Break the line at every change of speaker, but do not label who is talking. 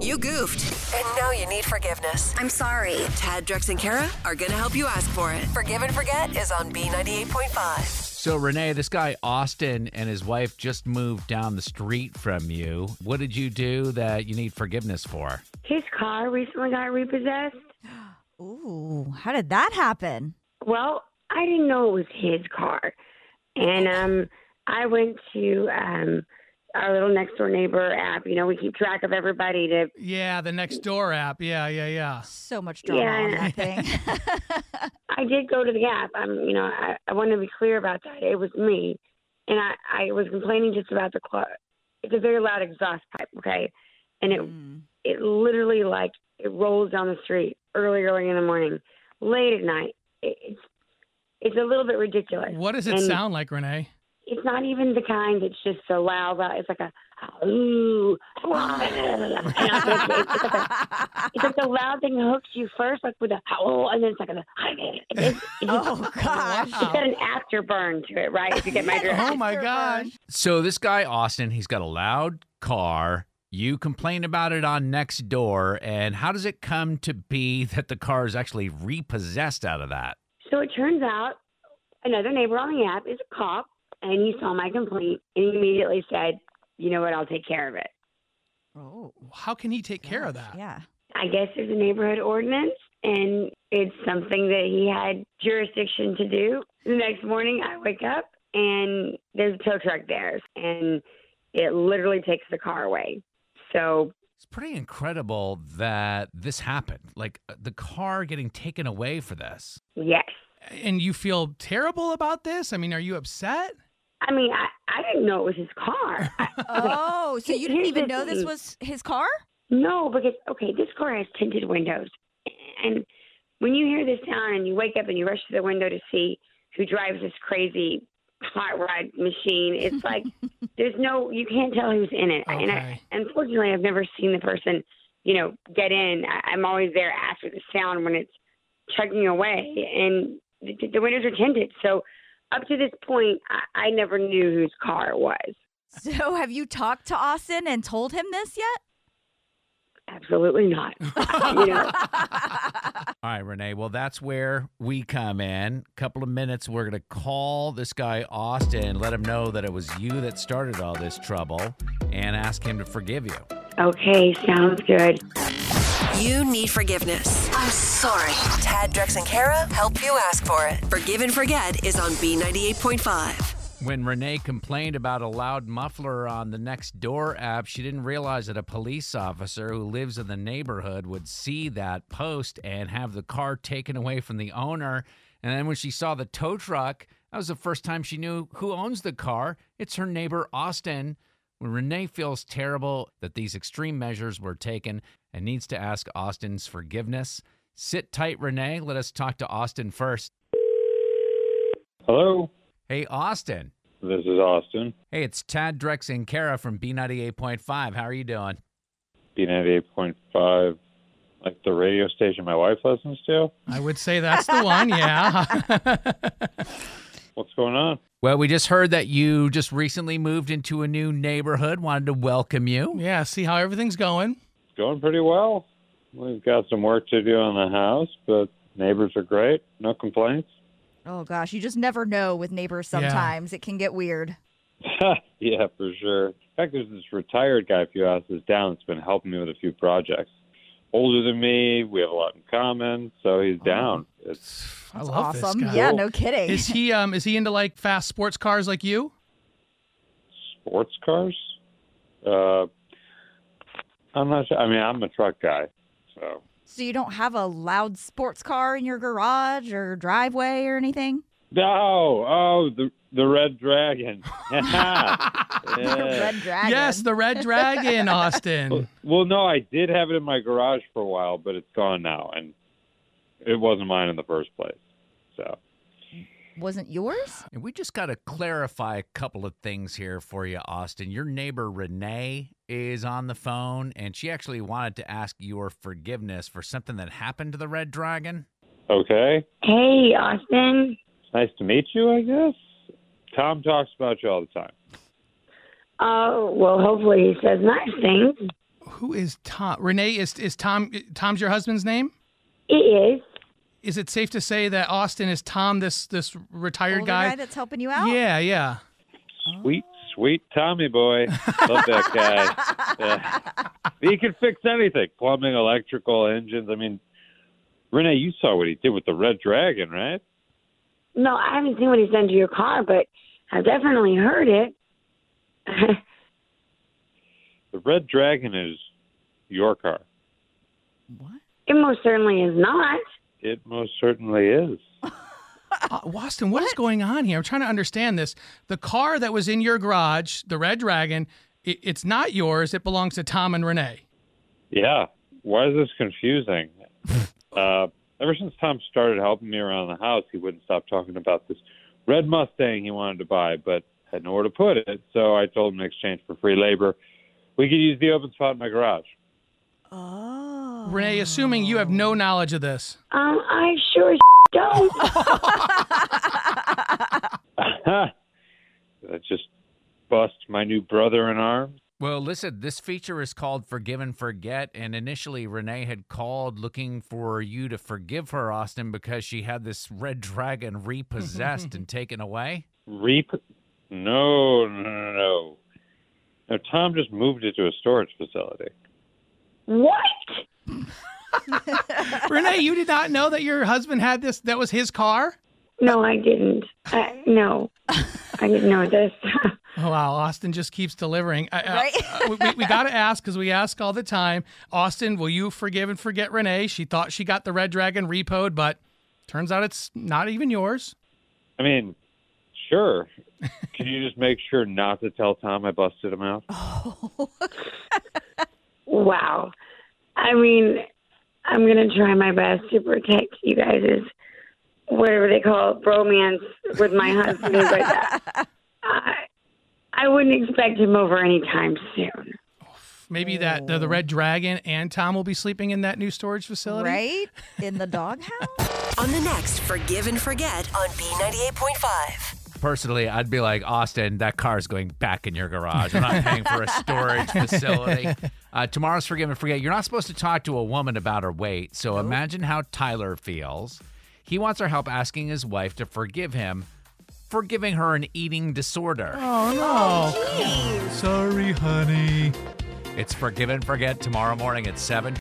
You goofed. And now you need forgiveness.
I'm sorry.
Tad, Drex, and Kara are going to help you ask for it. Forgive and Forget is on B98.5.
So, Renee, this guy Austin and his wife just moved down the street from you. What did you do that you need forgiveness for?
His car recently got repossessed.
Ooh, how did that happen?
Well, I didn't know it was his car. And um I went to um our little next door neighbor app. You know, we keep track of everybody to
Yeah, the next door app. Yeah, yeah, yeah.
So much drama
Yeah,
on
I-
that thing.
I did go to the app. I'm you know, I, I want to be clear about that. It was me. And I, I was complaining just about the car. It's a very loud exhaust pipe, okay? And it
Mm.
it literally like it rolls down the street early, early in the morning, late at night. It, it's it's a little bit ridiculous.
What does it
And-
sound like, Renee?
It's not even the kind that's just so loud. loud. It's like a ooh, blah, blah, blah, blah, blah. And I'm like, it's, like a, it's like the loud thing hooks you first, like with a howl, and then it's like a. It's, it's, it's,
oh gosh.
it's got an afterburn to it, right? If you get my drift.
Oh my gosh.
So, this guy Austin, he's got a loud car. You complain about it on Next Door. And how does it come to be that the car is actually repossessed out of that?
So it turns out another neighbor on the app is a cop, and he saw my complaint and he immediately said, "You know what? I'll take care of it."
Oh,
How can he take care of
gosh,
that?
Yeah.
I guess there's a neighborhood ordinance, and it's something that he had jurisdiction to do. The next morning, I wake up and there's a tow truck there, and it literally takes the car away. So
It's pretty incredible that this happened. Like uh, the car getting taken away for this.
yes,
And you feel terrible about this? I mean, are you upset?
I mean I, I didn't know it was his car. I,
Oh, so you didn't
Here's
even
the
know this
thing.
was his car?
No, because okay, this car has tinted windows, and when you hear this sound and you wake up and you rush to the window to see who drives this crazy hot rod machine, it's like there's no you can't tell who's in it. And I,
Okay.
unfortunately, I've never seen the person, you know, get in. I, I'm always there after the sound when it's chugging away, and the, the windows are tinted. So up to this point, I, I never knew whose car it was.
So have you talked to Austin and told him this yet?
Absolutely not. you know.
All right, Renee. Well, that's where we come in. Couple of minutes, we're gonna call this guy Austin, let him know that it was you that started all this trouble, and ask him to forgive you.
Okay, sounds good.
You need forgiveness.
I'm sorry.
Tad, Drex, and Kara help you ask for it. Forgive and Forget is on B98.5.
When Renee complained about a loud muffler on the Next Door app, she didn't realize that a police officer who lives in the neighborhood would see that post and have the car taken away from the owner. And then when she saw the tow truck, that was the first time she knew who owns the car. It's her neighbor, Austin. When Renee feels terrible that these extreme measures were taken and needs to ask Austin's forgiveness, sit tight, Renee. Let us talk to Austin first.
Hello,
Hey, Austin.
this is Austin,
Hey, it's Tad Drex and Kara from B98.5. How are you doing?
B98.5, like the radio station my wife listens to.
I would say that's the one, yeah.
What's going on?
Well, we just heard that you just recently moved into a new neighborhood. Wanted to welcome you.
yeah, see how everything's going.
It's going pretty well. We've got some work to do on the house, but neighbors are great. No complaints.
Oh gosh, you just never know with neighbors
Yeah.
sometimes. It can get weird.
yeah, for sure. In fact, there's this retired guy a few houses down that's been helping me with a few projects. Older than me, we have a lot in common, so he's down. It's,
I
That's
love this
awesome.
guy.
Yeah, no kidding.
Is he um is he into like fast sports cars like you?
sports cars. Uh, I'm not sure. I mean, I'm a truck guy, so
so you don't have a loud sports car in your garage or driveway or anything?
No, oh, the the red dragon. Yeah.
Red Dragon.
Yes, the red dragon, Austin.
Well, no, I did have it in my garage for a while, but it's gone now, and it wasn't mine in the first place. So
Wasn't yours?
And we just got to clarify a couple of things here for you, Austin. Your neighbor, Renee, is on the phone, and she actually wanted to ask your forgiveness for something that happened to the Red Dragon.
okay,
Hey, Austin.
nice to meet you. I guess Tom talks about you all the time.
Uh, Oh, well, hopefully he says nice things.
Who is Tom? Renee is is Tom? Tom's your husband's name?
It is.
Is it safe to say that Austin is Tom, this this retired
Older
guy?
guy Oh. that's helping you out.
Yeah, yeah.
Sweet, sweet Tommy boy. Love that guy. Yeah. He can fix anything plumbing, electrical, engines. I mean, Renee, you saw what he did with the Red Dragon, right?
No, I haven't seen what he's done to your car, but I've definitely heard it.
The Red Dragon is your car.
What?
it most certainly is not.
It most certainly is.
Uh, Austin, what is going on here? I'm trying to understand this. The car that was in your garage, the Red Dragon, it, it's not yours. It belongs to Tom and Renee.
Yeah. Why is this confusing? uh, ever since Tom started helping me around the house, he wouldn't stop talking about this red Mustang he wanted to buy, but had nowhere to put it. So I told him in exchange for free labor, we could use the open spot in my garage.
Oh.
Renee, assuming you have no knowledge of this.
Um, I sure as don't.
that just bust my new brother in arms.
Well, listen, this feature is called Forgive and Forget. And initially, Renee had called looking for you to forgive her, Austin, because she had this red dragon repossessed and taken away.
Reap? No, no, no, no. Now, Tom just moved it to a storage facility.
What?
Renee, you did not know that your husband had this. That was his car.
No, I didn't. Uh, no, I didn't know this.
Oh, wow, Austin just keeps delivering. I- I-
Right?
uh, we we got to ask because we ask all the time. Austin, will you forgive and forget Renee? She thought she got the Red Dragon repoed, but turns out it's not even yours.
I mean, sure. Can you just make sure not to tell Tom I busted him out?
wow. I mean, I'm gonna try my best to protect you guys' whatever they call it, bromance with my husband, but I, I wouldn't expect him over anytime soon.
Maybe that the, the Red Dragon and Tom will be sleeping in that new storage facility.
Right? In the doghouse?
On the next Forgive and Forget on B98.5.
Personally, I'd be like, Austin, that car is going back in your garage. We're not paying for a storage facility. Uh, tomorrow's Forgive and Forget. You're not supposed to talk to a woman about her weight. So imagine how Tyler feels. He wants her help asking his wife to forgive him for giving her an eating disorder.
Oh no! Sorry, honey.
It's Forgive and Forget tomorrow morning at 7.